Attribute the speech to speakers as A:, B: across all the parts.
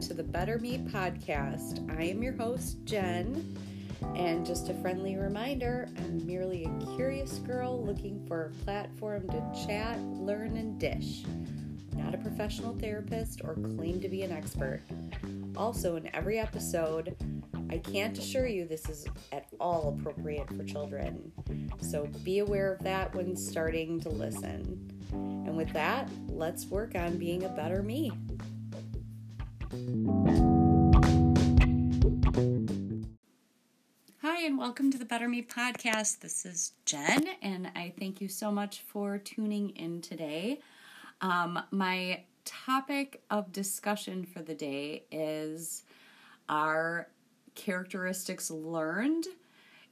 A: to the Better Me podcast. I am your host, Jen. And just a friendly reminder I'm merely a curious girl looking for a platform to chat, learn, and dish. Not a professional therapist or claim to be an expert. Also, in every episode, I can't assure you this is at all appropriate for children. So be aware of that when starting to listen. And with that, let's work on being a better me. Hi, and welcome to the Better Me podcast. This is Jen, and I thank you so much for tuning in today. Um, my topic of discussion for the day is our characteristics learned?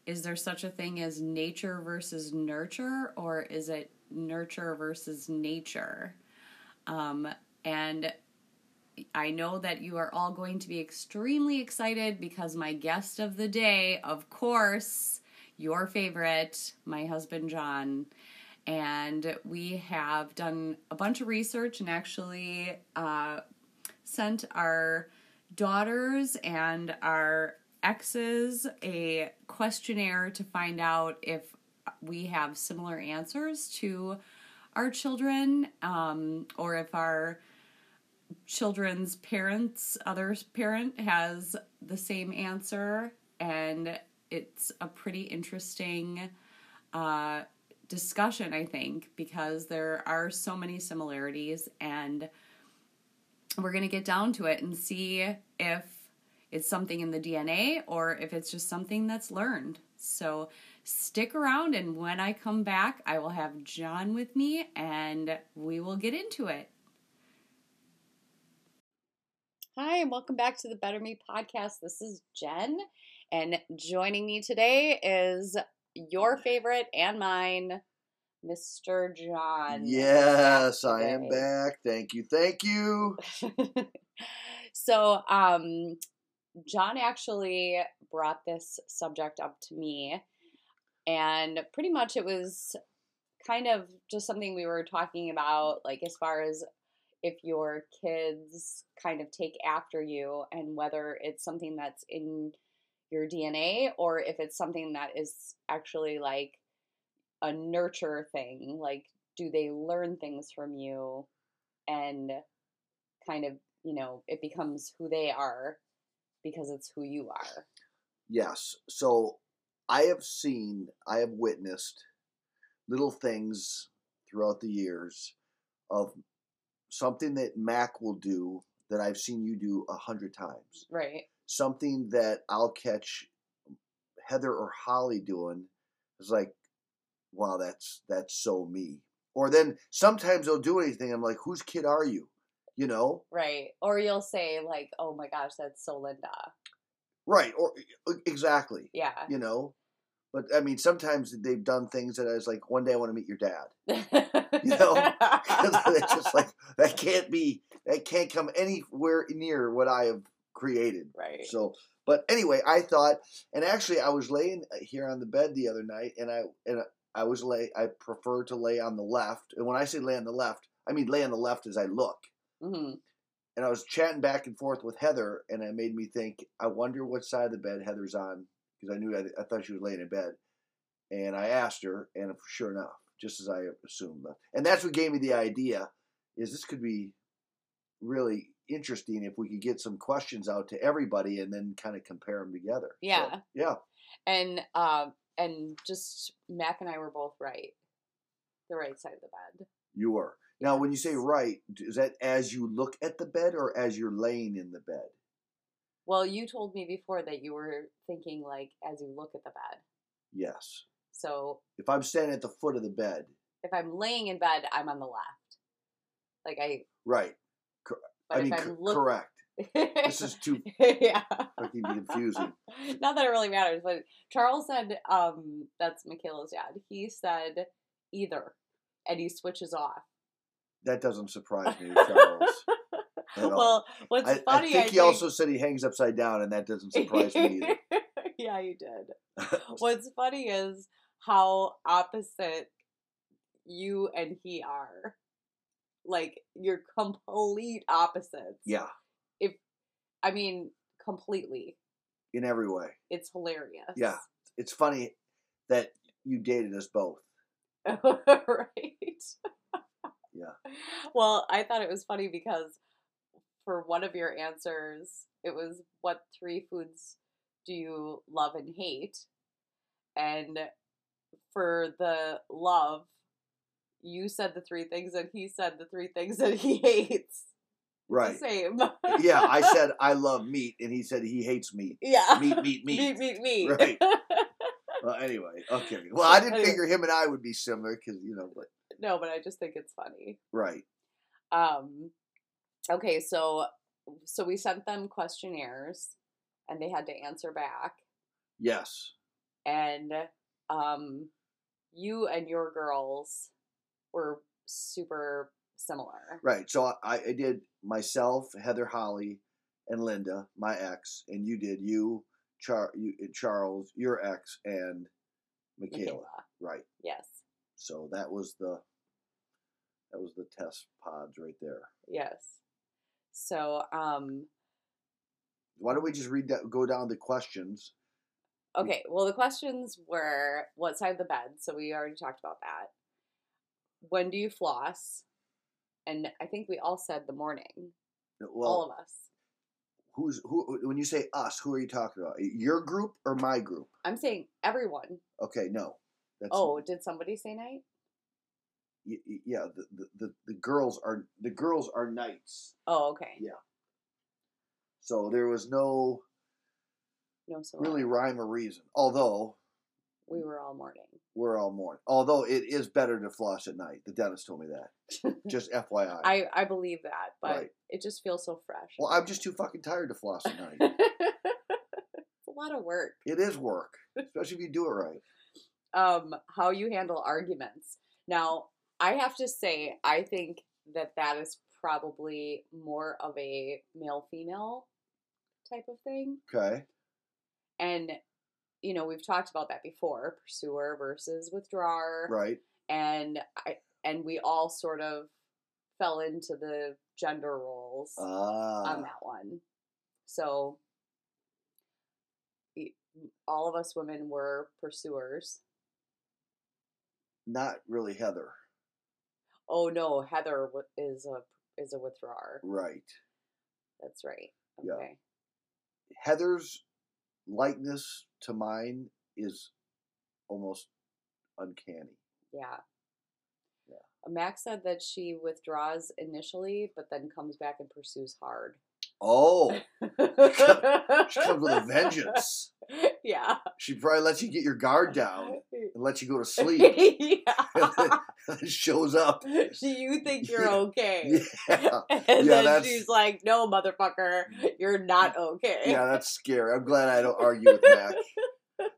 A: Is there such a thing as nature versus nurture, or is it nurture versus nature? Um, and I know that you are all going to be extremely excited because my guest of the day, of course, your favorite, my husband John. And we have done a bunch of research and actually uh, sent our daughters and our exes a questionnaire to find out if we have similar answers to our children um, or if our children's parents other parent has the same answer and it's a pretty interesting uh, discussion i think because there are so many similarities and we're going to get down to it and see if it's something in the DNA or if it's just something that's learned. So stick around, and when I come back, I will have John with me and we will get into it. Hi, and welcome back to the Better Me podcast. This is Jen, and joining me today is your favorite and mine, Mr. John.
B: Yes, I am
A: today.
B: back. Thank you. Thank you.
A: so um john actually brought this subject up to me and pretty much it was kind of just something we were talking about like as far as if your kids kind of take after you and whether it's something that's in your dna or if it's something that is actually like a nurture thing like do they learn things from you and kind of you know it becomes who they are because it's who you are
B: Yes. So I have seen, I have witnessed little things throughout the years of something that Mac will do that I've seen you do a hundred times.
A: right
B: Something that I'll catch Heather or Holly doing is like, wow, that's that's so me. Or then sometimes they'll do anything. I'm like, whose kid are you? You know?
A: right or you'll say like oh my gosh that's so linda
B: Right. Or e, exactly.
A: yeah
B: you know. But I mean, sometimes they've done things that I was like, one day I want to meet your dad.
A: you
B: know, it's just like that can't be, that can't come anywhere near what I have created.
A: right
B: So, but anyway, I thought, and actually, I was laying uh, here on the bed the other night, and I and I was lay, I prefer to lay on the left, and when I say lay on the left, I mean lay on the left as I look.
A: Mhm.
B: And I was chatting back and forth with Heather, and it made me think. I wonder what side of the bed Heather's on because I knew I, I thought she was laying in bed, and I asked her, and sure enough, just as I assumed, uh, and that's what gave me the idea. Is this could be really interesting if we could get some questions out to everybody and then kind of compare them together. So,
A: Yeah.
B: yeah.
A: and um and just mac and i were both right the right side of the bed
B: You were. Now, when you say
A: Yes.
B: right, is that as you look at the bed or as you're laying in the bed?
A: well you told me before that you were thinking like as you look at the bed
B: Yes.
A: so
B: If I'm standing at the foot of the bed,
A: if i'm laying in bed i'm on the left like i
B: right.
A: but
B: I mean,
A: if
B: c-
A: i'm looking
B: correct. This is too
A: yeah.
B: fucking confusing.
A: Not that it really matters, but Charles said, um, that's Michaela's dad. He said either, and he switches off.
B: That doesn't surprise me, Charles. at all.
A: well, what's
B: I, I
A: funny,
B: think he also said he hangs upside down, and that doesn't surprise me either.
A: yeah, you did. what's funny is how opposite you and he are. Like, you're complete opposites.
B: Yeah.
A: I mean, completely.
B: in every way.
A: It's hilarious.
B: Yeah. It's funny that you dated us both.
A: right.
B: Yeah.
A: Well, I thought it was funny because for one of your answers, it was what three foods do you love and hate? And for the love, you said the three things and he said the three things that he hates.
B: Right.
A: Same.
B: yeah, I said I love meat, and he said he hates meat.
A: Yeah.
B: Meat, meat,
A: meat,
B: meat.
A: meat, meat.
B: Right. well, anyway, okay. Well, I didn't
A: Anyway.
B: figure him and I would be similar because you know, but
A: no, but I just think it's funny.
B: right,
A: Um, okay, so so we sent them questionnaires, and they had to answer back.
B: yes,
A: And um, you and your girls were super similar.
B: right. So I, I did myself, Heather, Holly, and Linda, my ex, and you did you, Char, you Charles, your ex, and
A: Mm-hmm.
B: Michaela.
A: Michaela,
B: Right.
A: Yes.
B: So that was the that was the test pods right there.
A: Yes. So um,
B: Why don't we just read that? Go down the questions. Hmm.
A: okay, well the questions were what side of the bed? So we already talked about that. When do you floss? And I think we all said the morning.
B: Uh, Well,
A: all of us.
B: who's who when you say us who are you talking about your group or my group
A: I'm saying everyone.
B: okay no that's
A: Oh, did somebody say night?
B: y- y- yeah the, the, the, the girls are the girls are knights
A: Oh, okay.
B: Yeah. so there was no
A: No, so
B: really rhyme or reason although
A: we were all morning.
B: we're all morning although it is better to floss at night the dentist told me that just fyi
A: I I believe that, but
B: Right.
A: it just feels so fresh.
B: well i'm just too fucking tired to floss at night
A: it's a lot of work.
B: it is work especially if you do it right
A: Um, how you handle arguments. Now, I have to say, I think that that is probably more of a male female type of thing.
B: okay
A: And you know, we've talked about that before, pursuer versus withdrawer.
B: right
A: and I and we all sort of fell into the gender roles
B: ah
A: on that one. So e- all of us women were pursuers.
B: not really heather
A: Oh no, Heather wa- is a is a withdrawer.
B: right
A: That's right.
B: Yeah.
A: Okay.
B: Heather's likeness to mine is almost uncanny.
A: Yeah.
B: Yeah.
A: Max said that she withdraws initially, but then comes back and pursues hard.
B: Oh, she comes with a vengeance.
A: Yeah.
B: She probably lets you get your guard down and lets you go to sleep.
A: yeah.
B: Shows up.
A: Do you think you're
B: Yeah.
A: okay?
B: Yeah.
A: And
B: Yeah,
A: then
B: that's-
A: she's like, no, motherfucker, you're not okay.
B: Yeah, that's scary. I'm glad I don't argue with Mac,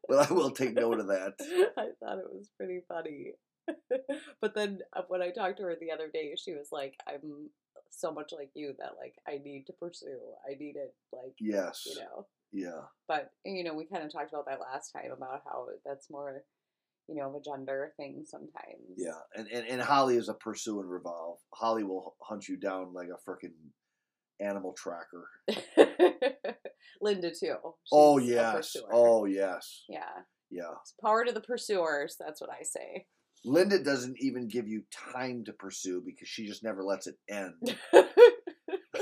B: but I will take note of that.
A: I thought it was pretty funny. but then uh, when I talked to her the other day, she was like, I'm so much like you that, like, I need to pursue. I need it, like,
B: Yes.
A: you know.
B: Yeah.
A: But, you know, we kind of talked about that last time about how that's more, you know, of a gender thing sometimes.
B: Yeah. And, and and Holly is a pursue and revolve. Holly will hunt you down like a freaking animal tracker.
A: Linda, too.
B: oh
A: She's a
B: yes.
A: pursuer.
B: Oh yes.
A: Yeah.
B: Yeah.
A: It's power to the pursuers. That's what I say.
B: Linda doesn't even give you time to pursue because she just never lets it end.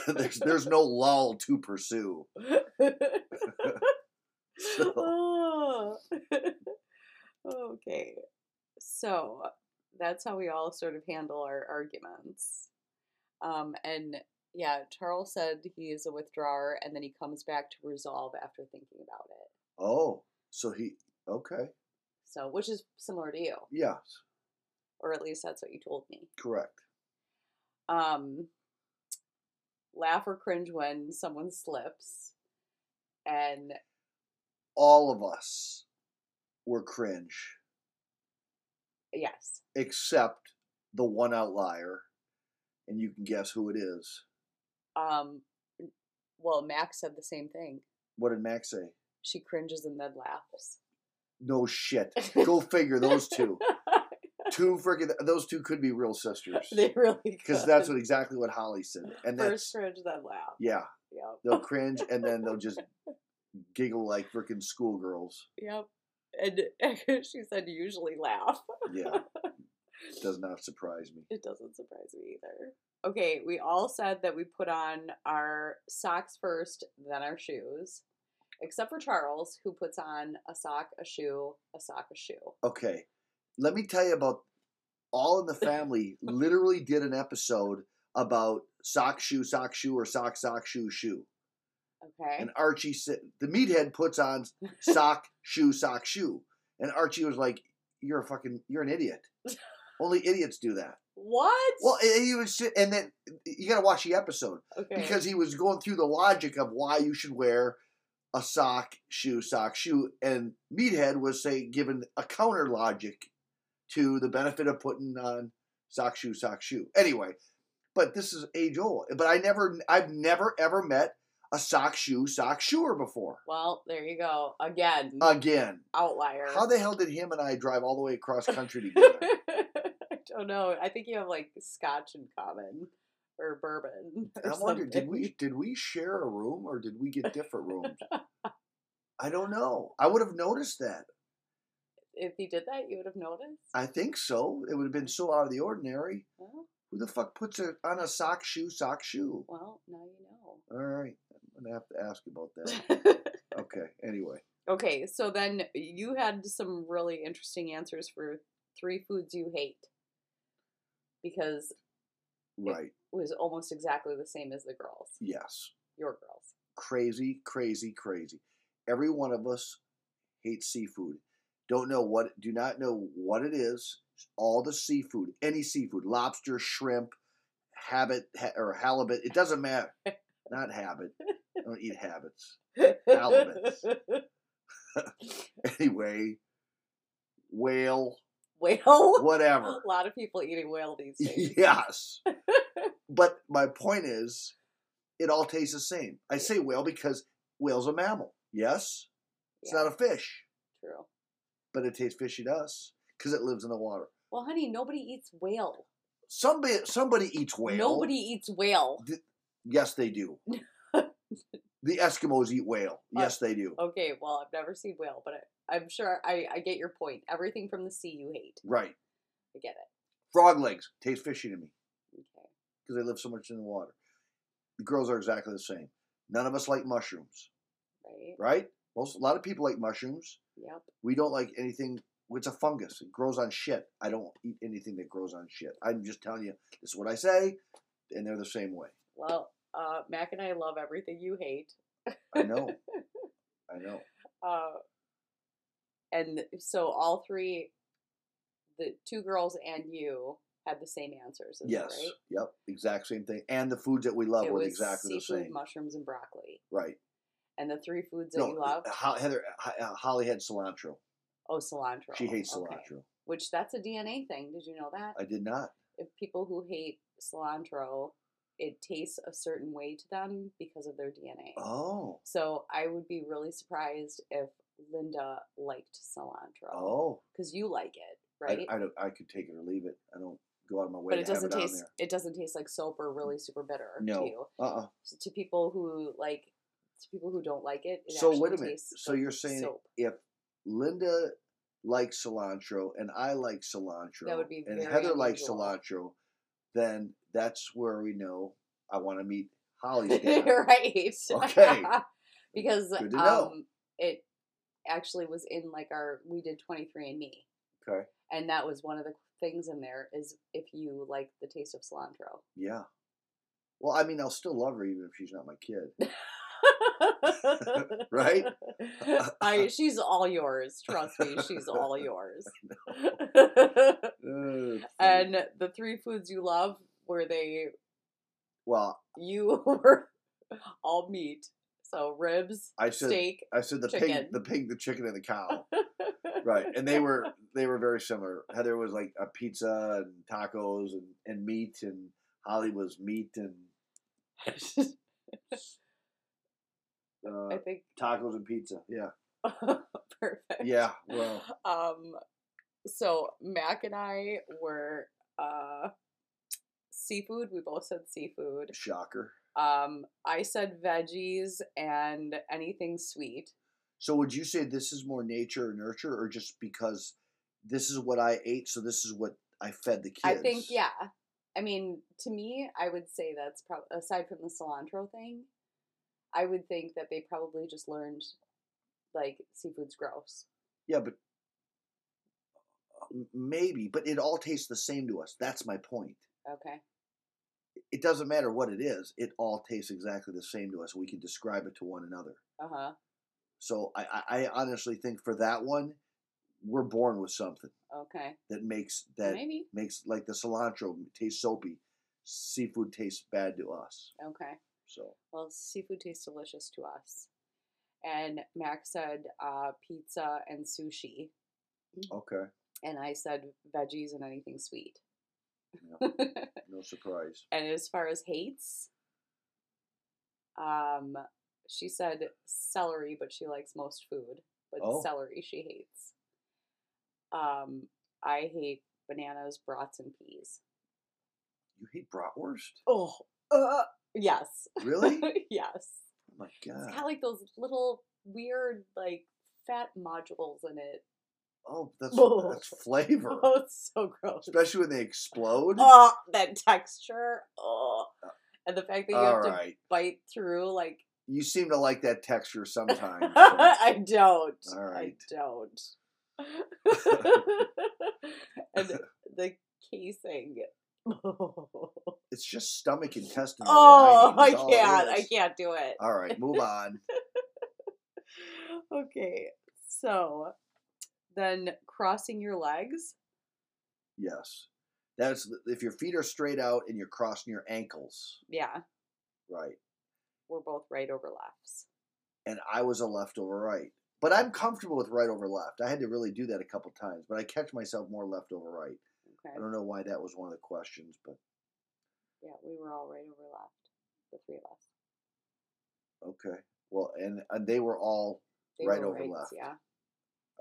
B: there's there's no lull to pursue.
A: Oh. okay. So that's how we all sort of handle our arguments. Um, and yeah, Charles said he is a withdrawer and then he comes back to resolve after thinking about it.
B: Oh, so he okay?
A: So, which is similar to you,
B: Yeah,
A: or at least that's what you told me.
B: correct.
A: um, laugh or cringe when someone slips. And
B: All of us were cringe
A: yes,
B: except the one outlier, and you can guess who it is.
A: um, well, Max said the same thing.
B: What did Max say?
A: She cringes and then laughs.
B: No shit. Go figure. Those two, two freaking those two could be real sisters
A: they really
B: because that's what exactly what Holly said, and that's
A: first cringe then laugh.
B: yeah,
A: Yep.
B: They'll cringe and then they'll just giggle like freaking schoolgirls.
A: Yep. And she said usually laugh.
B: Yeah, does not surprise me.
A: It doesn't surprise me either. Okay, we all said that we put on our socks first, then our shoes. Except for Charles, who puts on a sock, a shoe, a sock, a shoe.
B: Okay, let me tell you about All in the Family. literally did an episode about sock, shoe, sock, shoe, or sock, sock, shoe, shoe.
A: Okay.
B: And Archie said, the meathead puts on sock, shoe, sock, shoe. And Archie was like, you're a fucking, you're an idiot. Only idiots do that.
A: what?
B: Well, and he was, sit- and then you got to watch the episode
A: okay.
B: because he was going through the logic of why you should wear a sock, shoe, sock, shoe. And meathead was saying, given a counter logic to the benefit of putting on sock, shoe, sock, shoe. Anyway, but this is age old. But I never, I've never ever met a sock, shoe, sock, shoer before.
A: well, there you go. Again,
B: Again,
A: outlier.
B: how the hell did him and I drive all the way across country together?
A: I don't know. I think you have like scotch in common or bourbon. Or
B: And I wonder, did
A: something.
B: we did we share a room or did we get different rooms? I don't know. I would have noticed that.
A: If he did that, you would have noticed.
B: I think so. It would have been so out of the ordinary.
A: well,
B: Who the fuck puts it on a sock shoe sock shoe?
A: well, now you know.
B: All right, I'm gonna have to ask about that. Okay. Anyway,
A: okay, so then you had some really interesting answers for three foods you hate because
B: right?
A: it was almost exactly the same as the girls,
B: Yes.
A: your girls.
B: Crazy, crazy, crazy. Every one of us hates seafood. Don't know what. Do not know what it is. All the seafood, any seafood, lobster, shrimp, habit ha- or halibut. It doesn't matter. Not habit. I don't eat habits. Elements. Anyway, whale,
A: Whale.
B: whatever.
A: A lot of people eating whale these days.
B: Yes. but my point is, it all tastes the same. I say whale because whale's a mammal. Yes, it's
A: Yeah,
B: not a fish,
A: true.
B: but it tastes fishy to us because it lives in the water.
A: Well, honey, nobody eats whale.
B: Somebody, somebody eats whale.
A: Nobody eats whale.
B: Yes, they do. the Eskimos eat whale.
A: Uh,
B: Yes, they do.
A: Okay, well, I've never seen whale, but I, I'm sure I, I get your point. Everything from the sea you hate.
B: Right.
A: I get it.
B: Frog legs taste fishy to me
A: Okay.
B: because they live so much in the water. The girls are exactly the same. None of us like mushrooms,
A: Right?
B: right? Most a lot of people like mushrooms.
A: Yep.
B: We don't like anything. It's a fungus. It grows on shit. I don't eat anything that grows on shit. I'm just telling you. This is what I say, and they're the same way.
A: Well, uh, Mac and I love everything you hate.
B: I know. I know.
A: Uh, and so all three, the two girls and you had the same answers. Is
B: Yes.
A: That right?
B: Yep. Exact same thing. And the foods that we love
A: it
B: were
A: was
B: exactly the
A: seafood,
B: same.
A: mushrooms, and broccoli.
B: Right.
A: And the three foods that you
B: No. uh,
A: love.
B: Ho- Heather. Ho- Holly had cilantro.
A: Oh, cilantro.
B: She hates
A: Okay.
B: cilantro.
A: Which that's a DNA thing. Did you know that?
B: I did not.
A: if people who hate cilantro, it tastes a certain way to them because of their DNA.
B: Oh.
A: So I would be really surprised if Linda liked cilantro
B: Oh.
A: because you like it,
B: I-
A: right?
B: I, don't. I could take it or leave it. I don't go out of my way
A: but it
B: to have
A: doesn't
B: it on
A: taste
B: there.
A: it doesn't taste like soap or really super bitter
B: No.
A: to you.
B: Uh. uh
A: So to people who like to people who don't like it, it
B: So
A: actually
B: wait a minute.
A: tastes
B: So
A: like
B: you're saying
A: soap.
B: if Linda likes cilantro and I like cilantro,
A: That would be
B: and
A: very
B: Heather likes
A: unusual.
B: cilantro, then that's where we know I want to meet Holly's dad.
A: right.
B: Okay.
A: because
B: Good to know.
A: um it actually was in like our we did 23 and me.
B: Okay.
A: And that was one of the things in there is if you like the taste of cilantro.
B: Yeah. Well, I mean, I'll still love her even if she's not my kid. Right?
A: I she's all yours, trust me, she's all yours.
B: Uh,
A: and the three foods you love were they
B: well,
A: you were all meat. So ribs,
B: I said-
A: steak.
B: I said the pig,
A: Chicken.
B: the pig, the chicken, and the cow. right, and they were they were very similar. Heather was like a pizza and tacos and, and meat, and Holly was meat and
A: I
B: uh,
A: think
B: tacos and pizza. Yeah,
A: perfect.
B: yeah. Well,
A: Um, so Mac and I were uh, seafood. We both said seafood.
B: shocker.
A: Um, I said veggies and anything sweet.
B: So would you say this is more nature or nurture, or just because this is what I ate, so this is what I fed the kids?
A: I think, yeah. I mean, to me, I would say that's probably, aside from the cilantro thing, I would think that they probably just learned like seafood's gross.
B: Yeah, but maybe, but it all tastes the same to us. That's my point.
A: Okay.
B: It doesn't matter what it is; it all tastes exactly the same to us. We can describe it to one another.
A: Uh huh.
B: So I, I I honestly think for that one, we're born with something
A: Okay.
B: that makes that
A: Maybe.
B: makes like the cilantro taste soapy, seafood tastes bad to us.
A: Okay.
B: So
A: Well, seafood tastes delicious to us. And Max said uh, pizza and sushi.
B: okay,
A: And I said veggies and anything sweet.
B: Yeah. no surprise.
A: And as far as hates, um, she said celery, but she likes most food, but
B: Oh.
A: celery she hates. Um, I hate bananas, brats, and peas.
B: You hate bratwurst?
A: Oh, uh, Uh. yes,
B: Really? oh
A: yes.
B: my
A: It's
B: god!
A: got like those little weird, like fat nodules in it.
B: Oh, that's
A: Oh.
B: that's flavor,
A: Oh, it's so gross.
B: especially when they explode.
A: Oh, that texture. Oh,
B: Uh,
A: and the fact that you
B: All
A: have to
B: right,
A: bite through like
B: you seem to like that texture sometimes. so-
A: I don't.
B: All right.
A: I don't. and the casing. oh,
B: It's just stomach intestinal.
A: I
B: lining is all it
A: can't. I
B: is. Uh
A: can't do it.
B: All right, move on.
A: Okay, so then crossing your legs.
B: Yes, that's if your feet are straight out and you're crossing your ankles,
A: Yeah,
B: right?
A: we're both right over lefts.
B: And I was a left over right, but I'm comfortable with right over left. I had to really do that a couple times, but I catch myself more left over right. I
A: Okay.
B: don't know why that was one of the questions, but
A: Yeah, we were all right over left. The three of us.
B: okay. Well, and, and they were all Right
A: were
B: over
A: rights,
B: left.
A: Yeah.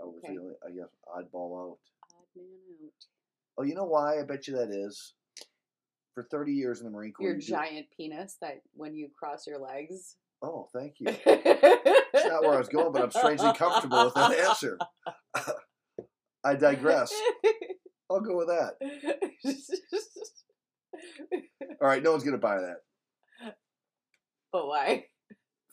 B: I was
A: Okay.
B: the only, I guess, oddball out.
A: Odd man out.
B: Oh, you know why? I bet you that is. For 30 years in the Marine Corps,
A: your
B: you do-
A: giant penis that when you cross your legs.
B: Oh, thank you.
A: it's
B: It's not where I was going, but I'm strangely comfortable with that answer. I digress. I'll go with that. All right, no one's going to buy that.
A: but why?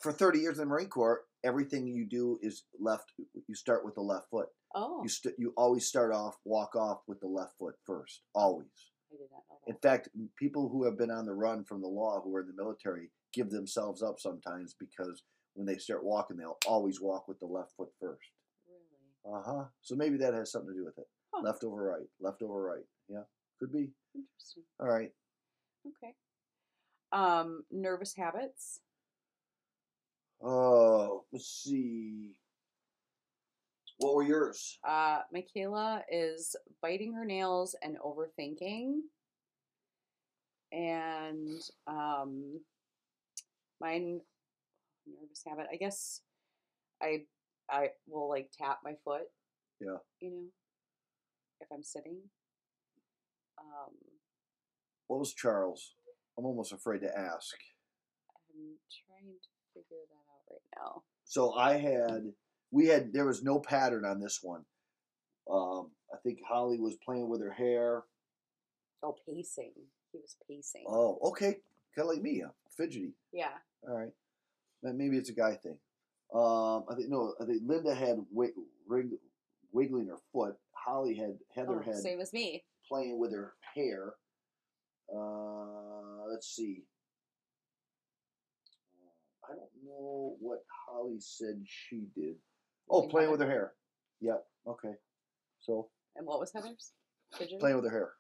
B: For 30 years in the Marine Corps, everything you do is left. You start with the left foot.
A: Oh,
B: You st- you always start off, walk off with the left foot first, always.
A: I did not know
B: In
A: that.
B: fact, people who have been on the run from the law who are in the military give themselves up sometimes because when they start walking, they'll always walk with the left foot first.
A: Really?
B: Uh huh. So maybe that has something to do with it.
A: Huh.
B: Left over right, left over right. Yeah, could be.
A: Interesting.
B: All right.
A: Okay. Um, nervous habits.
B: Oh, let's see. What were yours?
A: Uh, Michaela is biting her nails and overthinking. And um, mine nervous habit. I guess I I will like tap my foot.
B: Yeah.
A: You know, if I'm sitting. Um,
B: What was Charles? I'm almost afraid to ask.
A: I'm trying to figure that out right now.
B: So I had, we had, there was no pattern on this one. Um, I think Holly was playing with her hair.
A: Oh, pacing. He was pacing.
B: Oh, okay. Kind of like me. I'm fidgety.
A: Yeah.
B: All right. Ma- Maybe it's a guy thing. Um, I think no. I think Linda had wi- wrig- wiggling her foot. Holly had Heather
A: Oh,
B: had
A: same as me.
B: playing with her hair. Uh, let's see. I don't know what Holly said she did. Oh,
A: Like
B: playing
A: Heather.
B: with her hair. Yep. Okay. So
A: And what was Heather's? Fidget?
B: playing with her hair.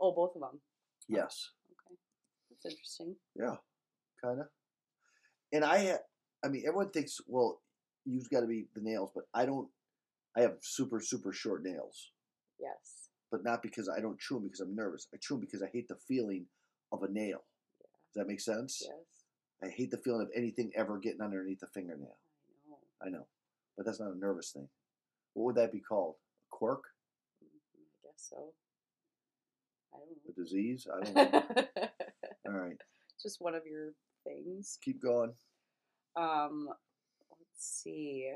A: Oh, both of them.
B: Yes.
A: That's interesting.
B: Yeah, kind of. And I, ha- I mean, everyone thinks, well, you've got to be the nails, but I don't. I have super super short nails,
A: Yes.
B: but not because I don't chew them because I'm nervous. I chew them because I hate the feeling of a nail. Does that make sense?
A: Yes.
B: I hate the feeling of anything ever getting underneath the fingernail.
A: I know.
B: I know, but that's not a nervous thing. What would that be called? A quirk?
A: Mhm, I guess so. I
B: A disease? I don't know.
A: don't know.
B: All right.
A: Just one of your things.
B: Keep going.
A: Um, let's see.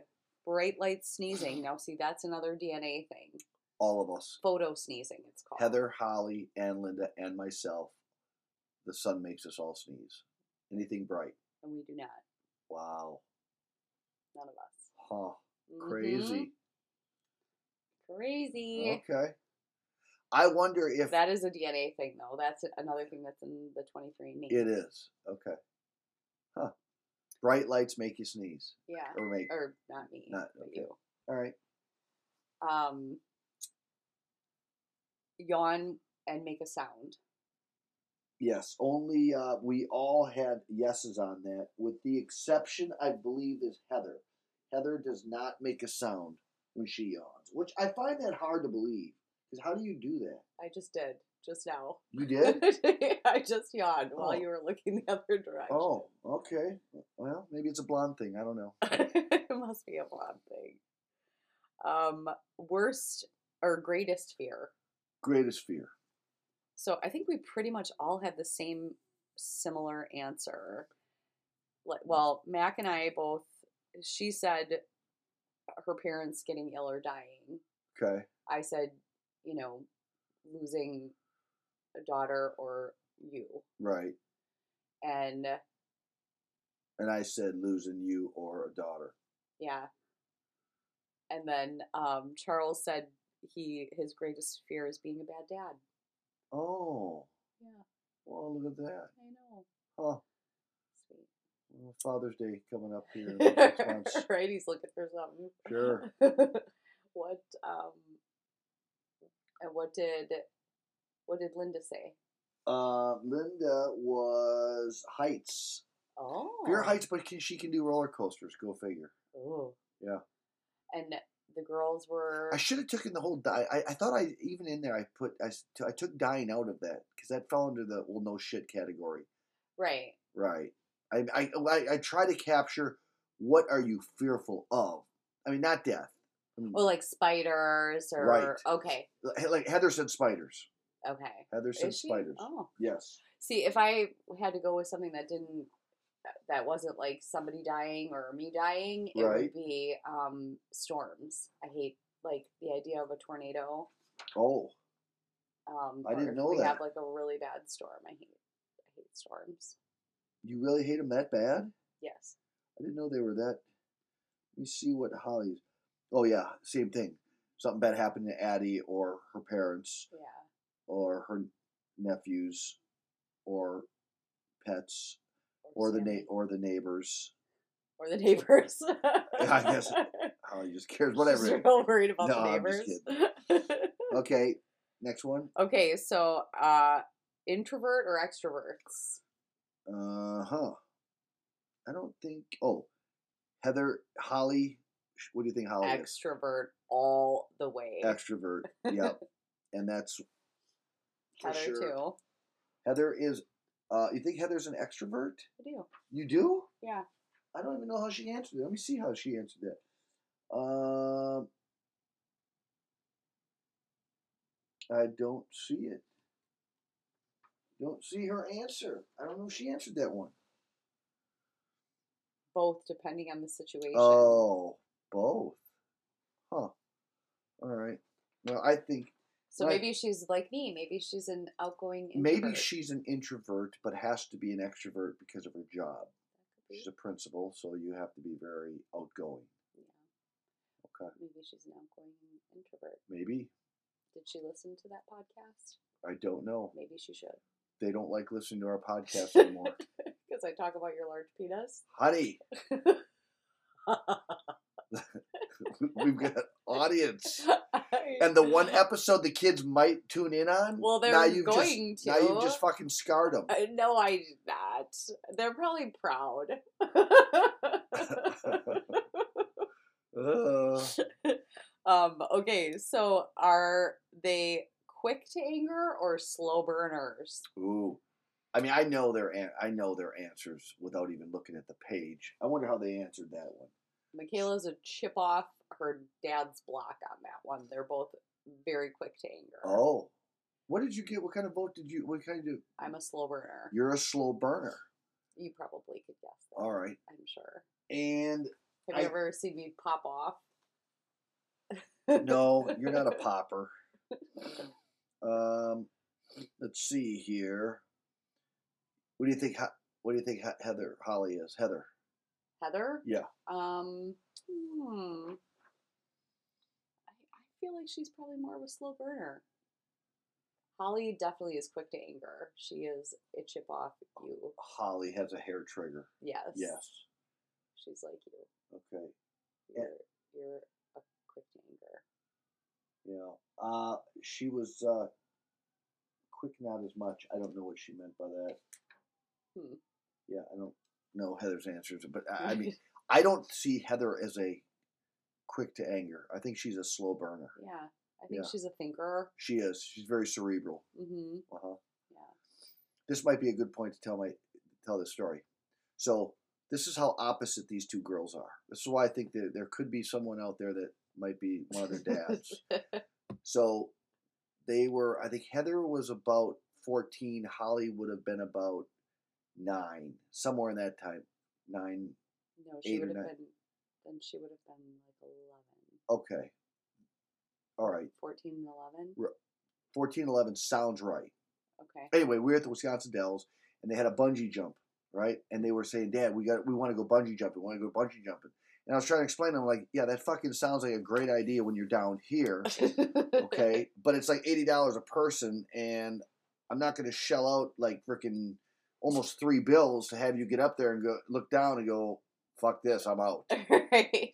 A: Bright light sneezing. Now, see, that's another DNA thing.
B: All of us.
A: Photo sneezing, it's called.
B: Heather, Holly, and Linda, and myself. The sun makes us all sneeze. Anything bright.
A: And we do not.
B: Wow.
A: None of us.
B: Huh. Crazy.
A: Mhm. Crazy.
B: Okay. I wonder if
A: That is a DNA thing, though. That's another thing that's in the 23andMe.
B: it is. Okay. Huh. Bright lights make you sneeze.
A: Yeah.
B: Or make.
A: Or not me.
B: Oh. Not-
A: but
B: okay.
A: you.
B: All right.
A: Um, yawn and make a sound.
B: Yes, only uh, we all had yeses on that, with the exception, I believe, is Heather. Heather does not make a sound when she yawns, which I find that hard to believe. Because how do you do that?
A: I just did just now.
B: You did?
A: I just yawned
B: Oh.
A: while you were looking the other direction.
B: oh, okay. Well, maybe it's a blonde thing. I don't know.
A: it must be a blonde thing. Um, worst or greatest fear.
B: Greatest fear.
A: So I think we pretty much all had the same similar answer. Like, well, Mac and I both. She said her parents getting ill or dying.
B: Okay.
A: I said, you know, losing a daughter or you.
B: Right.
A: And uh,
B: And I said losing you or a daughter.
A: yeah. And then um, Charles said he his greatest fear is being a bad dad.
B: Oh,
A: Yeah,
B: well, look at that.
A: I know.
B: Huh.
A: Sweet.
B: Well, Father's Day coming up here in about six months.
A: right, he's looking for something.
B: Sure.
A: what um and what did what did Linda say?
B: Uh, Linda was heights.
A: Oh.
B: Fear heights, but can, she can do roller coasters. Go figure.
A: Oh.
B: Yeah.
A: And the girls were
B: I should have taken the whole die. I, I thought I even in there I put I, s- I took dying out of that because that fell under the well no shit category.
A: right.
B: Right. I I I, I try to capture what are you fearful of. I mean not death. I mean,
A: Well, like spiders or
B: Right.
A: okay,
B: like Heather said, spiders.
A: okay.
B: Heather said
A: Is she?
B: spiders.
A: Oh,
B: Yes.
A: see, if I had to go with something that didn't, uh, that wasn't like somebody dying or me dying, it
B: Right.
A: would be um storms. I hate like the idea of a tornado.
B: Oh,
A: Um,
B: I
A: or
B: didn't
A: if
B: know
A: we have
B: that.
A: like a really bad storm. I hate, I hate storms.
B: you really hate them that bad?
A: Yes.
B: I didn't know they were that. Let me see what Holly's. Oh yeah, same thing. Something bad happened to Addie or her parents
A: Yeah.
B: or her nephews or pets or the na-
A: family.
B: or the neighbors.
A: or the neighbors.
B: I guess- Holly just cares whatever.
A: She's
B: it
A: real worried about
B: No,
A: the
B: I'm
A: neighbors.
B: just is. Okay, next one.
A: okay, so uh, introvert or extroverts?
B: Uh huh. I don't think. Oh, Heather, Holly. sh- What do you think Holly is?
A: Extrovert all the way.
B: Extrovert. Yep. and that's for
A: Heather
B: sure.
A: too.
B: Heather is. Uh, you think Heather's an extrovert?
A: I do.
B: You do?
A: Yeah.
B: I don't even know how she answered it. Let me see how she answered that. Um, I don't see it. Don't see her answer. I don't know if she answered that one.
A: Both depending on the situation.
B: Oh, both. Huh. All right. Well, I think
A: so
B: right.
A: maybe she's like me. Maybe she's an outgoing introvert.
B: maybe she's an introvert, but has to be an extrovert because of her job. She's a principal, so you have to be very outgoing.
A: Yeah.
B: Okay.
A: Maybe she's an outgoing introvert.
B: Maybe.
A: Did she listen to that podcast?
B: I don't know.
A: Maybe she should.
B: They don't like listening to our podcast anymore.
A: Because I talk about your large penis.
B: Honey, we've got audience. And the one episode the kids might tune in on.
A: Well, they're
B: now you've
A: going
B: just, Now you've
A: to.
B: just fucking scarred them.
A: Uh, no, I did not. They're probably proud. um, okay, so are they quick to anger or slow burners?
B: ooh. I mean, I know their an- I know their answers without even looking at the page. I wonder how they answered that one.
A: Michaela's a chip off her dad's block on that one. They're both very quick to anger.
B: Oh, what did you get? What kind of vote did you? What kind of?
A: I'm a slow burner.
B: You're a slow burner.
A: You probably could guess that.
B: All right.
A: I'm sure.
B: And
A: Have you
B: I-
A: ever seen me pop off?
B: no, you're not a popper. Um, let's see here. What do you think? Ho- What do you think Ho- Heather Holly is? Heather.
A: Heather?
B: Yeah.
A: Um, hmm. I, I feel like she's probably more of a slow burner. Holly definitely is quick to anger. She is a chip off you.
B: Holly has a hair trigger.
A: Yes.
B: Yes.
A: She's like you.
B: Okay. Yeah.
A: You're, you're a quick to anger.
B: Yeah. Uh, she was uh, quick, not as much. I don't know what she meant by that.
A: Hmm.
B: Yeah, I don't know Heather's answers, but I, I mean, I don't see Heather as a quick to anger. I think she's a slow burner.
A: yeah. I think
B: Yeah.
A: she's a thinker.
B: She is. She's very cerebral.
A: Mm-hmm.
B: Uh huh.
A: Yeah.
B: This might be a good point to tell my tell this story. So this is how opposite these two girls are. This is why I think that there could be someone out there that might be one of their dads. So they were, I think Heather was about 14, Holly would have been about nine, somewhere in that time. Nine,
A: No,
B: Eight
A: she
B: or
A: would have
B: nine.
A: been, then she would have been like 11.
B: okay. All right.
A: 14 and 11?
B: Right. 14, 11 sounds right.
A: Okay.
B: Anyway, we were at the Wisconsin Dells and they had a bungee jump, right? And they were saying, Dad, we got, we want to go bungee jumping, we want to go bungee jumping. And I was trying to explain, I'm like, yeah, that fucking sounds like a great idea when you're down here. okay? But it's like eighty dollars a person, and I'm not going to shell out like freaking almost three bills to have you get up there and go look down and go fuck this, I'm out
A: right.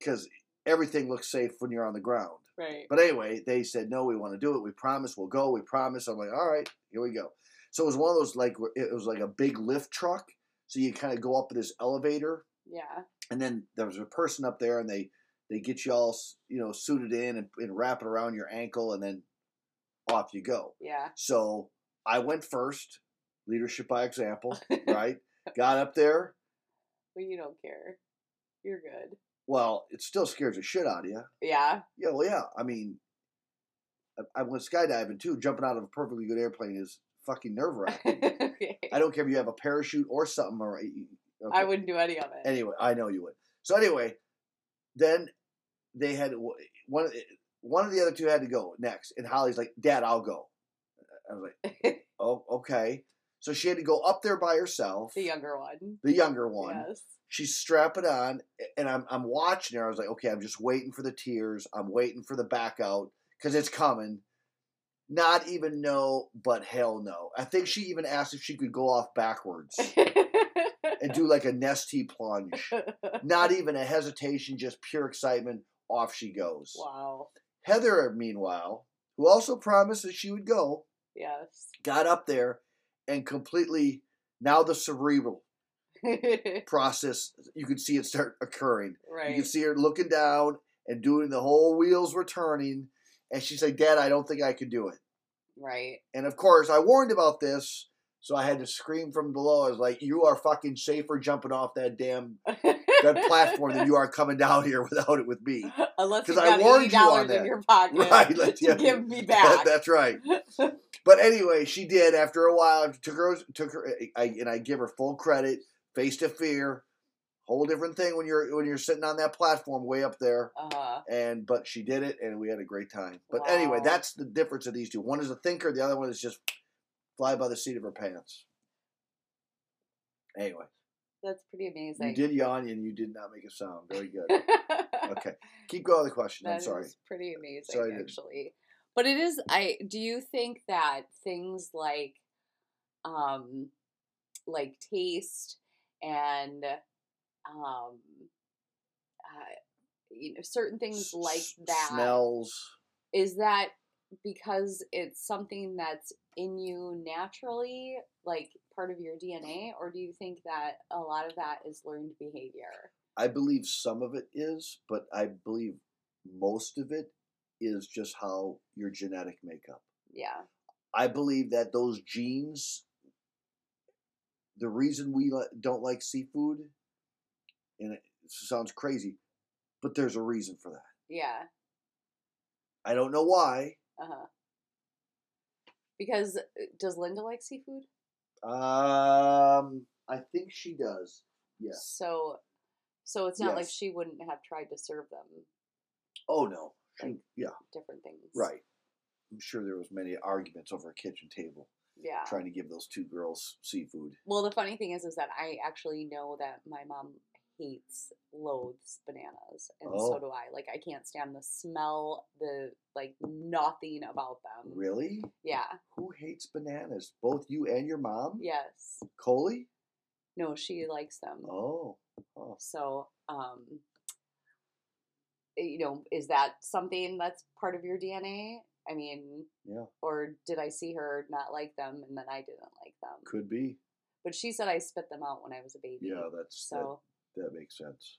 B: because everything looks safe when you're on the ground.
A: Right.
B: But anyway, they said no, we want to do it. We promise, we'll go. We promise. I'm like, all right, here we go. So it was one of those like where- it was like a big lift truck. So you kind of go up this elevator
A: yeah.
B: and then there was a person up there and they they get you all you know suited in and, and wrap it around your ankle and then off you go
A: Yeah.
B: so i went first leadership by example right got up there
A: But you don't care. You're good.
B: well it still scares the shit out of you
A: Yeah.
B: yeah well yeah i mean i, I went skydiving too jumping out of a perfectly good airplane is fucking nerve wracking
A: okay.
B: i don't care if you have a parachute or something or
A: I wouldn't do any of it.
B: Anyway, I know you would. So anyway, then they had one. One of the other two had to go next, and Holly's like, "Dad, I'll go." I was like, "Oh, okay." So she had to go up there by herself.
A: the younger one.
B: the younger one.
A: Yes.
B: She's strapping on, and I'm I'm watching her. I was like, "Okay, I'm just waiting for the tears. I'm waiting for the back out because it's coming." Not even no, but hell no. I think she even asked if she could go off backwards and do like a nesty plunge not even a hesitation, just pure excitement. Off she goes.
A: wow.
B: Heather, meanwhile, who also promised that she would go,
A: Yes.
B: got up there and completely now the cerebral
A: right.
B: process, you could see it start occurring. You could see her looking down and doing the whole wheels were turning. And she's like, Dad, I don't think I could do it.
A: Right.
B: And of course, I warned about this, so I had to scream from below. I was like, You are fucking safer jumping off that damn that platform than you are coming down here without it with me.
A: Unless you
B: 'Cause I
A: got
B: warned
A: eighty
B: you on
A: dollars in
B: that.
A: your pocket
B: Right, like,
A: to
B: yeah.
A: give me
B: That-
A: back.
B: that's right. But anyway, she did. After a while, took her, took her, I, and I give her full credit. Face to fear, whole different thing when you're when you're sitting on that platform way up there.
A: uh,
B: And but she did it, and we had a great time. But anyway,
A: Wow.
B: that's the difference of these two. One is a thinker, the other one is just fly by the seat of her pants. Anyway,
A: that's pretty amazing.
B: you did yawn, and you did not make a sound. Very good. Okay, keep going with the question.
A: That
B: I'm
A: is
B: sorry.
A: pretty amazing,
B: Sorry I didn't.
A: actually. But it is. I do you think that things like, um, like taste and, um, uh, you know, certain things
B: S-
A: like
B: s-
A: that is
B: Smells.
A: that because it's something that's in you naturally, like part of your DNA, or do you think that a lot of that is learned behavior?
B: I believe some of it is, but I believe most of it is just how your genetic makeup.
A: Yeah.
B: I believe that those genes, the reason we li- don't like seafood, and it sounds crazy, but there's a reason for that.
A: Yeah.
B: I don't know why.
A: Uh huh. Because uh, does Linda like seafood?
B: Um, I think she does. Yes.
A: So, so it's not like
B: Yes.
A: she wouldn't have tried to serve them
B: Oh no. She,
A: Like-
B: yeah.
A: different things.
B: Right. I'm sure there was many arguments over a kitchen table
A: Yeah.
B: trying to give those two girls seafood.
A: Well, the funny thing is, is that I actually know that my mom hates, loathes bananas, and
B: Oh.
A: so do I. Like, I can't stand the smell, the like nothing about them.
B: Really?
A: Yeah.
B: Who hates bananas? Both you and your mom?
A: Yes.
B: Coley?
A: No, she likes them.
B: Oh. Oh.
A: So, um, you know, is that something that's part of your DNA? I mean,
B: Yeah.
A: or did I see her not like them and then I didn't like them?
B: Could be.
A: But she said I spit them out when I was a baby.
B: Yeah, that's that,
A: So
B: that makes sense.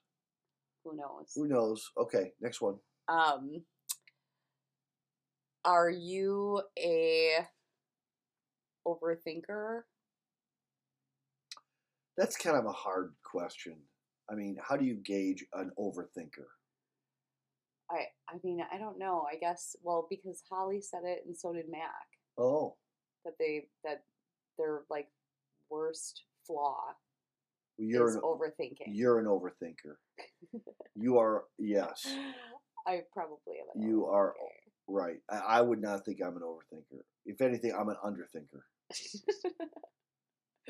A: who knows?
B: Who knows? Okay, next one.
A: Um, are you a overthinker?
B: That's kind of a hard question. I mean, how do you gauge an overthinker?
A: I I mean I don't know. I guess well because Holly said it and so did Mac
B: Oh,
A: that they that their like worst flaw
B: you're
A: is
B: an,
A: overthinking.
B: you're an overthinker. you are yes,
A: I probably am. an
B: You are
A: overthinker.
B: right. I, I would not think I'm an overthinker. If anything, I'm an underthinker.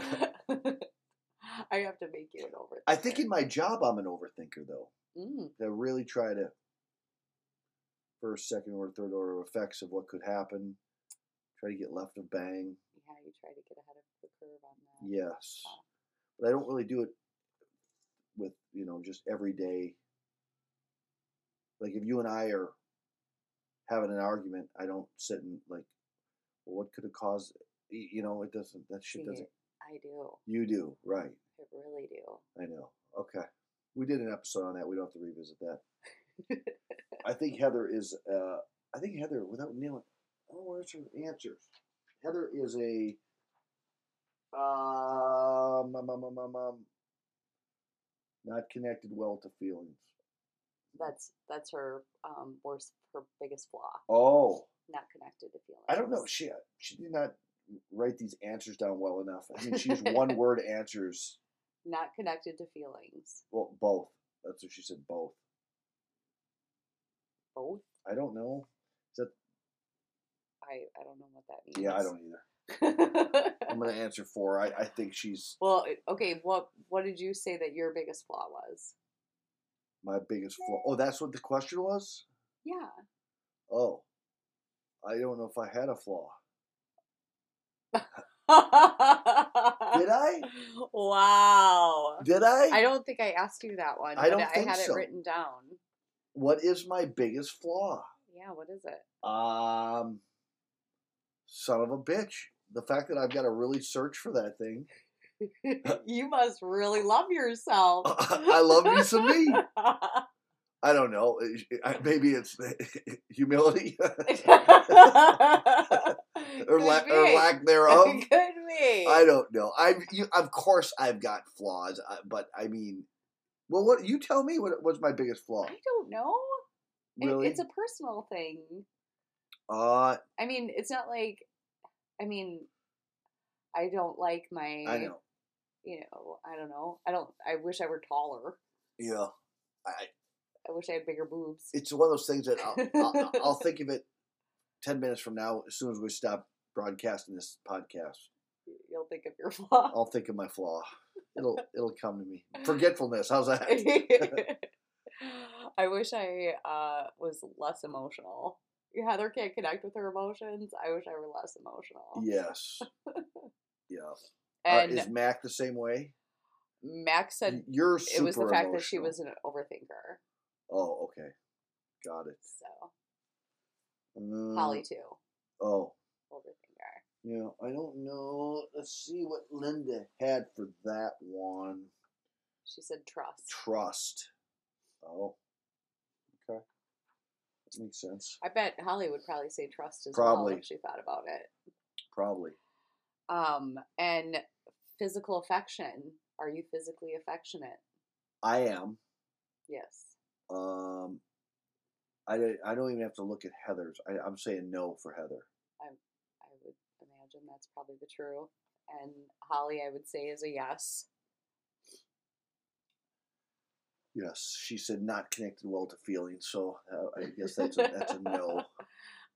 A: I have to make you an overthinker.
B: I think in my job, I'm an overthinker though.
A: Mm,
B: I really try to first, second, or third order effects of what could happen. Try to get left of bang.
A: yeah, you try to get ahead of the curve on that.
B: Yes. But I don't really do it with, you know, just every day. Like if you and I are having an argument, I don't sit and like, well, what could have caused, y- you know, it doesn't, that shit
A: See,
B: doesn't.
A: I do.
B: You do, right.
A: I really do.
B: I know. Okay. We did an episode on that. We don't have to revisit that. I think Heather is, uh, I think Heather, without nailing, oh, where's her answers? Heather is a, um, um, um, um, um, um, not connected well to feelings.
A: That's that's her um, worst, her biggest flaw.
B: Oh,
A: Not connected to feelings.
B: I don't know. She, she did not write these answers down well enough. I mean, she's one word answers.
A: Not connected to feelings.
B: Well, both. That's what she said, both.
A: Both.
B: I don't know.
A: I I don't know what that means.
B: Yeah, I don't either. I'm
A: don't.
B: gonna answer four. I, I think she's
A: well, okay. What what did you say that your biggest flaw was?
B: my biggest flaw. Oh, that's what the question was.
A: Yeah.
B: Oh, I don't know if I had a flaw. Did I?
A: Wow.
B: Did I?
A: I don't think I asked you that one. but
B: I don't think
A: I had
B: so.
A: it written down.
B: What is my biggest flaw?
A: Yeah. What is it?
B: Um, son of a bitch. The fact that I've got to really search for that thing. Uh,
A: you must really love yourself.
B: I love me some me. uh, I don't know. I- Maybe it's humility or,
A: or,
B: la- or lack thereof.
A: Could be.
B: I don't know. I you, of course I've got flaws, I- but I mean, well, what you tell me? What what's my biggest flaw?
A: I don't know. It-
B: Really?
A: it's a personal thing.
B: uh,
A: I mean, it's not like. I mean, I don't like my.
B: I know.
A: You know, I don't know. I don't. I wish I were taller.
B: Yeah, I,
A: I wish I had bigger boobs.
B: it's one of those things that I'll, I'll, I'll think of it ten minutes from now. As soon as we stop broadcasting this podcast,
A: You'll think of your flaw.
B: I'll think of my flaw. It'll it'll come to me. Forgetfulness. How's that?
A: I wish I uh, was less emotional. Heather can't connect with her emotions. I wish I were less emotional.
B: Yes. Yeah. Uh,
A: And
B: is Mac the same way?
A: Max said
B: You're super
A: it was the fact that she
B: emotional.
A: was an overthinker.
B: Oh, okay. Got it.
A: So
B: Mm,
A: Holly too,
B: Oh.
A: overthinker.
B: Yeah, I don't know. Let's see what Linda had for that one.
A: She said trust.
B: Trust. Oh. Okay. Makes sense.
A: I bet Holly would probably say trust as
B: Probably.
A: well if she thought about it.
B: Probably.
A: Um, and physical affection. Are you physically affectionate?
B: I am.
A: Yes.
B: Um, I, don't- I don't even have to look at Heather's. I, I'm saying no for Heather.
A: I would imagine that's probably the true and Holly, I would say, is a yes.
B: Yes, she said not connected well to feelings, so uh, I guess that's a, that's a no.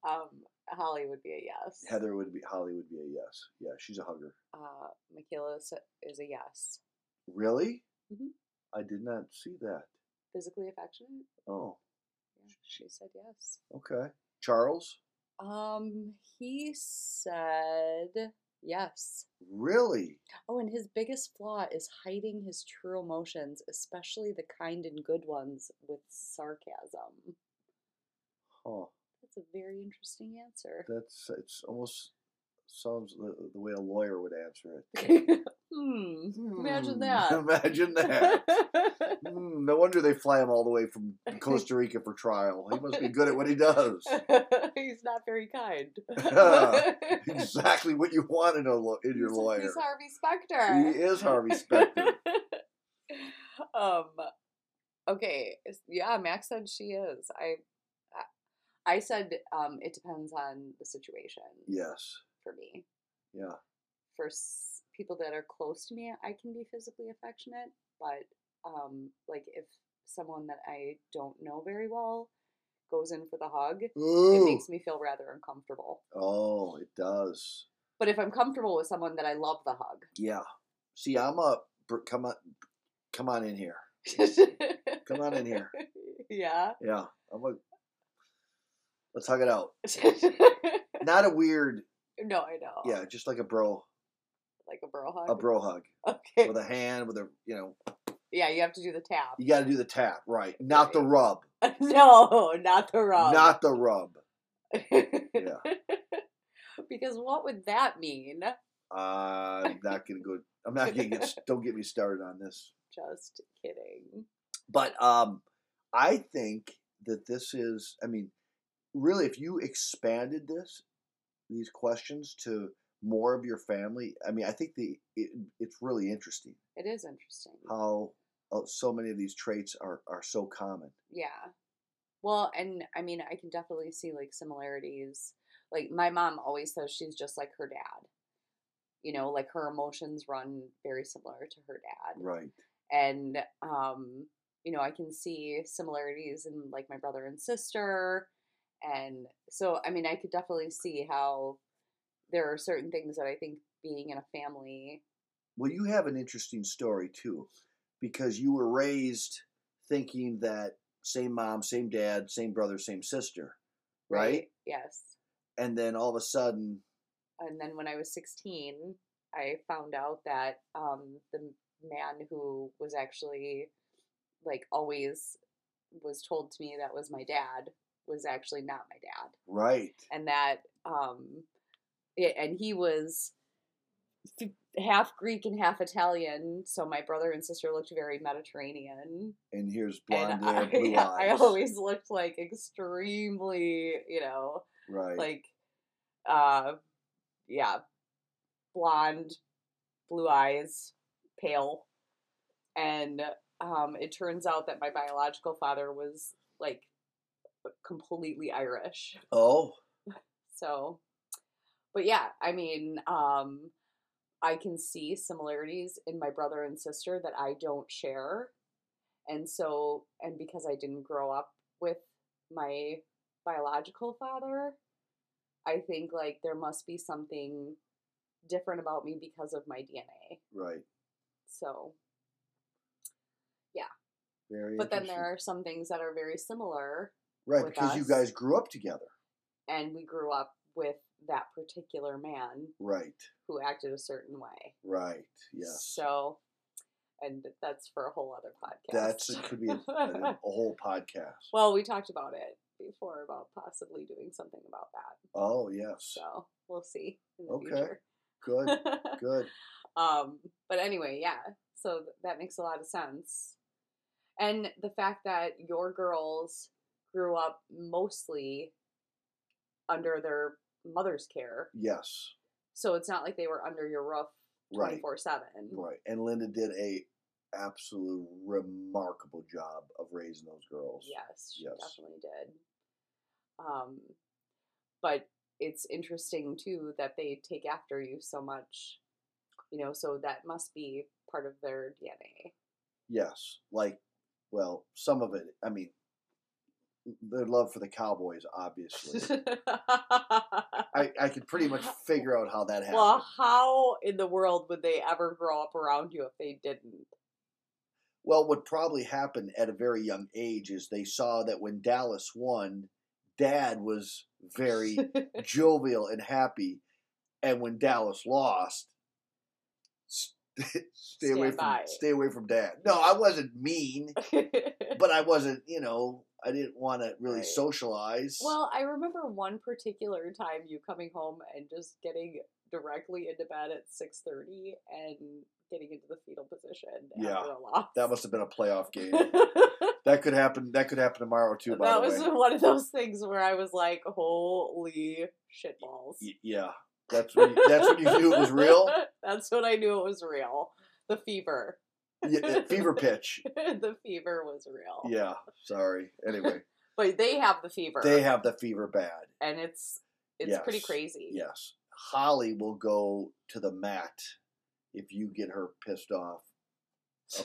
A: Um, Holly would be a yes.
B: Heather would be Holly would be a yes. Yeah, she's a hugger.
A: Uh, Michaela is a- is a yes.
B: Really?
A: Mhm.
B: I did not see that.
A: Physically affectionate?
B: Oh,
A: Yeah, she said yes.
B: okay. Charles,
A: Um, he said yes.
B: really?
A: Oh, and his biggest flaw is hiding his true emotions, especially the kind and good ones, with sarcasm.
B: Huh.
A: That's a very interesting answer.
B: That's it's almost sounds the, the way a lawyer would answer it.
A: hmm. Imagine
B: Hmm,
A: that.
B: Imagine that. Hmm, no wonder they fly him all the way from Costa Rica for trial. He must be good at what he does.
A: He's not very kind. He's-
B: Exactly what you want in a lo- in your lawyer.
A: He's Harvey Specter.
B: He is Harvey Specter.
A: um, okay, is- yeah, Max said she is. I, I- I said um, it depends on the situation
B: yes.
A: for me.
B: Yeah.
A: For s- people that are close to me, I can be physically affectionate, but um, like if someone that I don't know very well goes in for the hug, it
B: Ooh.
A: makes me feel rather uncomfortable.
B: oh, it does.
A: But if I'm comfortable with someone that I love the
B: Yeah. See, I'm up. Br- Come on, come on in here.
A: hug.
B: Come on in here.
A: yeah.
B: Yeah. I'm a. Let's hug it out. Not a weird.
A: no, I know.
B: Yeah, just like a bro,
A: Like a bro hug.
B: a bro hug
A: Okay.
B: with a hand, with a you know,
A: yeah, you have to do the tap.
B: you got to do the tap, right? Not the rub.
A: no, not the rub.
B: Not the rub. Yeah.
A: because what would that mean?
B: I'm not gonna go. I'm not gonna get. Don't get me started on this.
A: Just kidding.
B: But um, I think that this is. I mean, really, if you expanded this, these questions to more of your family, I mean, I think the it, it's really interesting
A: It is interesting.
B: how uh, so many of these traits are are so common.
A: Yeah. Well, and I mean, I can definitely see like similarities. Like my mom always says she's just like her dad. You know, like her emotions run very similar to her dad.
B: Right.
A: and um, you know i can see similarities in like my brother and sister and so i mean i could definitely see how there are certain things that i think being in a family
B: Well, you have an interesting story too, because you were raised thinking that same mom, same dad, same brother, same sister, right?
A: yes
B: and then all of a sudden,
A: and then when i was 16 i found out that um, the man who was actually like always was told to me that was my dad was actually not my dad
B: right?
A: and that um it, and he was f- half greek and half italian so my brother and sister looked very mediterranean
B: And here's
A: and
B: blonde hair,
A: I,
B: blue
A: yeah, I
B: eyes.
A: always looked like extremely you know
B: right.
A: like uh yeah blonde blue eyes pale and um it turns out that my biological father was like completely irish
B: oh,
A: So, but yeah, I mean, um, I can see similarities in my brother and sister that I don't share. And so, and because I didn't grow up with my biological father, I think like there must be something different about me because of my DNA.
B: right.
A: So,
B: Very.
A: but then
B: interesting.
A: there are some things that are very similar,
B: right
A: with
B: because you
A: us.
B: guys grew up together,
A: and we grew up with that particular man
B: right?
A: who acted a certain way.
B: Right. Yes.
A: So, and that's for a whole other podcast.
B: That's it. Could be a, a whole podcast.
A: well, we talked about it before about possibly doing something about that.
B: Oh yes.
A: So we'll see in the
B: Okay.
A: future.
B: Good. Good.
A: um, but anyway, yeah. So th- that makes a lot of sense. And the fact that your girls grew up mostly under their mother's care,
B: Yes.
A: so it's not like they were under your roof
B: Right.
A: twenty four seven.
B: Right. And Linda did a absolute remarkable job of raising those girls.
A: Yes, she
B: Yes.
A: definitely did. Um, but it's interesting too that they take after you so much You know, so that must be part of their DNA.
B: Yes, like, well, some of it. I mean, their love for the Cowboys, obviously. I, I could pretty much figure out how that happened.
A: well, how in the world would they ever grow up around you if they didn't?
B: Well, what probably happened at a very young age is they saw that when Dallas won, Dad was very jovial and happy, and when Dallas lost, st- stay,
A: Stand
B: away from
A: by.
B: stay away from Dad. No, I wasn't mean, but I wasn't. You know, I didn't want to really
A: Right.
B: socialize.
A: Well, I remember one particular time you coming home and just getting directly into bed at six thirty and getting into the fetal position.
B: Yeah.
A: after a loss.
B: that must have been a playoff game.
A: that
B: that could happen. That could happen tomorrow too. By the
A: was
B: way,
A: one of those things where I was like, "Holy shit balls!"
B: Y- yeah, that's when you, that's when you knew it was real.
A: That's when I knew it was real. The fever,
B: Yeah, fever pitch.
A: the fever was real.
B: Yeah, sorry. Anyway,
A: but they have the fever,
B: they have the fever bad.
A: and it's it's pretty
B: Yes.
A: crazy.
B: Yes. Holly will go to the mat if you get her pissed off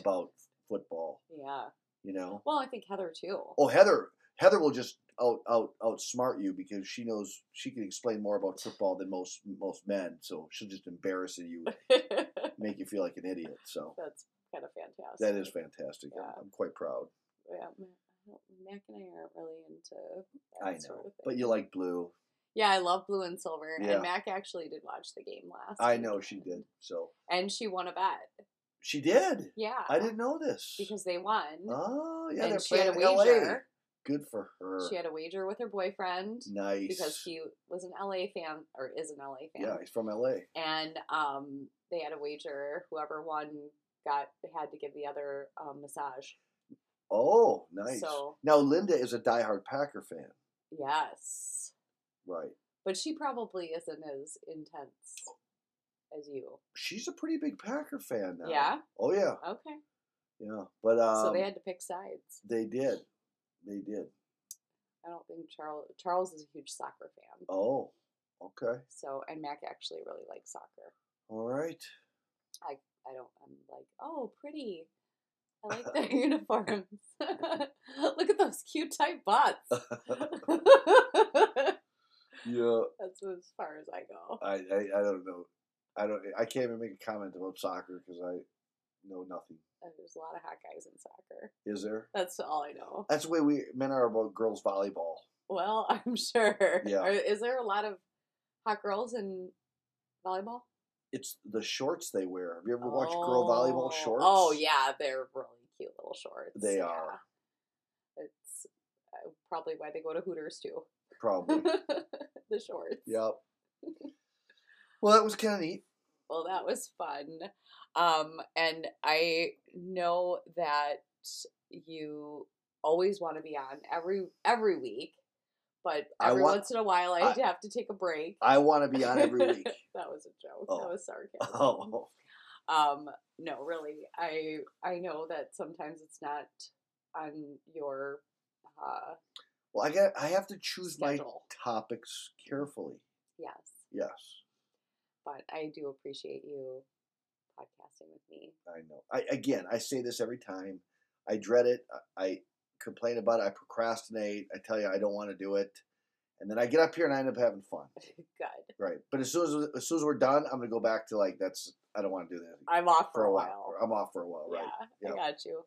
B: about football,
A: yeah.
B: you know?
A: Well, I think Heather too.
B: Oh, Heather Heather will just out out outsmart you because she knows she can explain more about football than most most men, so she'll just embarrass you, make you feel like an idiot. So
A: That's kind of fantastic.
B: that is fantastic.
A: Yeah.
B: I'm, I'm quite proud.
A: Yeah, Ma- I don't- Mac and I aren't really into that
B: I know.
A: sort of thing.
B: But you like blue.
A: yeah, I love blue and silver,
B: Yeah.
A: and Mac actually did watch the game last.
B: I know she
A: weekend.
B: did. So
A: and she won a bet.
B: she did.
A: Yeah,
B: I didn't know this.
A: because they won.
B: Oh yeah, they're
A: and she had a
B: playing LA.
A: wager.
B: Good for her.
A: She had a wager with her boyfriend
B: nice.
A: because he was an LA fan or is an LA fan.
B: yeah, he's from LA.
A: and um, they had a wager. Whoever won got had to give the other um, massage.
B: Oh, nice.
A: So-
B: now Linda is a diehard Packer fan,
A: Yes,
B: right?
A: but she probably isn't as intense as you.
B: She's a pretty big Packer fan now.
A: Yeah.
B: Oh yeah,
A: Okay,
B: yeah. But um,
A: so they had to pick sides.
B: they did, they did.
A: I don't think Charles Charles is a huge soccer fan.
B: Oh, okay,
A: So and Mac actually really likes soccer.
B: all right.
A: I don't. I'm like, oh, pretty. I like their uniforms. Look at those cute tight butts.
B: Yeah,
A: That's as far as I go.
B: I, I, I don't know. I don't. I can't even make a comment about soccer because I know nothing.
A: Uh, There's a lot of hot guys in soccer.
B: Is there?
A: That's all I know.
B: That's the way we men are about girls volleyball.
A: Well, I'm sure.
B: Yeah.
A: Are- Is there a lot of hot girls in volleyball?
B: It's the shorts they wear. Have you ever watched girl volleyball
A: Oh.
B: shorts?
A: Oh yeah, they're really cute little shorts.
B: They
A: yeah.
B: are.
A: It's uh, probably why they go to Hooters too.
B: probably.
A: the shorts.
B: Yep. Well, that was kind of neat.
A: Well, that was fun. Um, and I know that you always want to be on every every week, but
B: I
A: every
B: want-
A: once in a while I, have to take a break.
B: I want to be on every week.
A: that was a joke.
B: Oh.
A: That was sarcasm.
B: Oh,
A: Um, no, really. I I know that sometimes it's not on your uh,
B: well, I got. I have to choose
A: schedule.
B: my topics carefully.
A: Yes,
B: Yes,
A: but I do appreciate you podcasting with me.
B: I know. I again, I say this every time. I dread it. I, I complain about it. I procrastinate. I tell you, I don't want to do it, and then I get up here and I end up having fun.
A: Good.
B: Right. But as soon as as soon as we're done, I'm gonna go back to like that's. I don't want to do that
A: I'm off
B: for a while. I'm off for a while. Right.
A: Yeah,
B: Yeah.
A: I got you.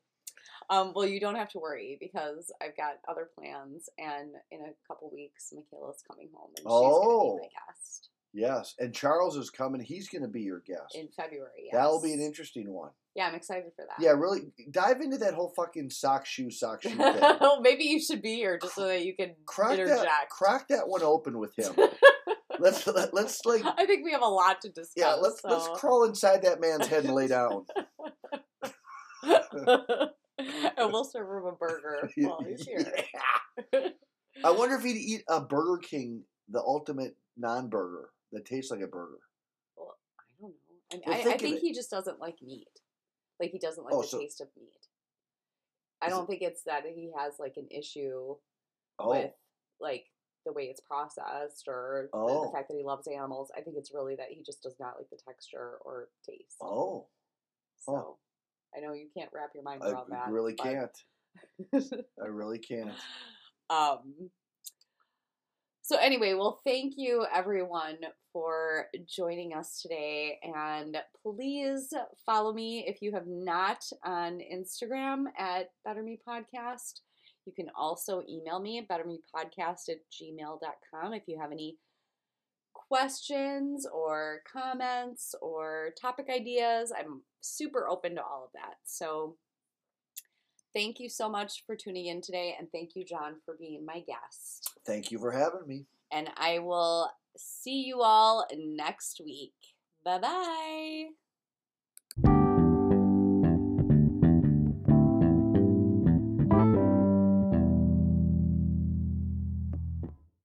A: Um, well, you don't have to worry because I've got other plans, and in a couple weeks, Michaela's coming home, and she's going to be
B: Oh.
A: my guest
B: Yes. And Charles is coming. He's gonna be your guest.
A: in February. Yes.
B: That'll be an interesting one.
A: Yeah, I'm excited for that.
B: Yeah, really dive into that whole fucking sock shoe sock shoe thing.
A: Well, Maybe you should be here just so that you can
B: Crack
A: interject.
B: that, crack that one open with him. let's let, let's like
A: I think we have a lot to discuss.
B: yeah, let's let's
A: so-
B: crawl inside that man's head and lay down.
A: and we'll serve him a burger while he's here.
B: Yeah. I wonder if he'd eat a Burger King, the ultimate non-burger that tastes like a burger.
A: I don't know. I, mean,
B: Well,
A: I,
B: think
A: I
B: of
A: think
B: it.
A: he just doesn't like meat. Like he doesn't like
B: Oh,
A: the
B: so-
A: taste of meat. I
B: Is
A: don't think it's that he has like an issue
B: Oh,
A: with like the way it's processed or the-
B: Oh.
A: the fact that he loves animals. I think it's really that he just does not like the texture or taste.
B: Oh,
A: so
B: oh.
A: I know you can't wrap your mind
B: I
A: around that.
B: really
A: but-
B: can't. I really can't.
A: um, so anyway, well, thank you everyone for joining us today, and please follow me if you have not on Instagram at Better Me Podcast. You can also email me at bettermepodcast at gmail.com if you have any questions or comments or topic ideas. I'm super open to all of that. So Thank you so much for tuning in today, and thank you, John, for being my guest.
B: Thank you for having me.
A: And I will see you all next week. Bye bye.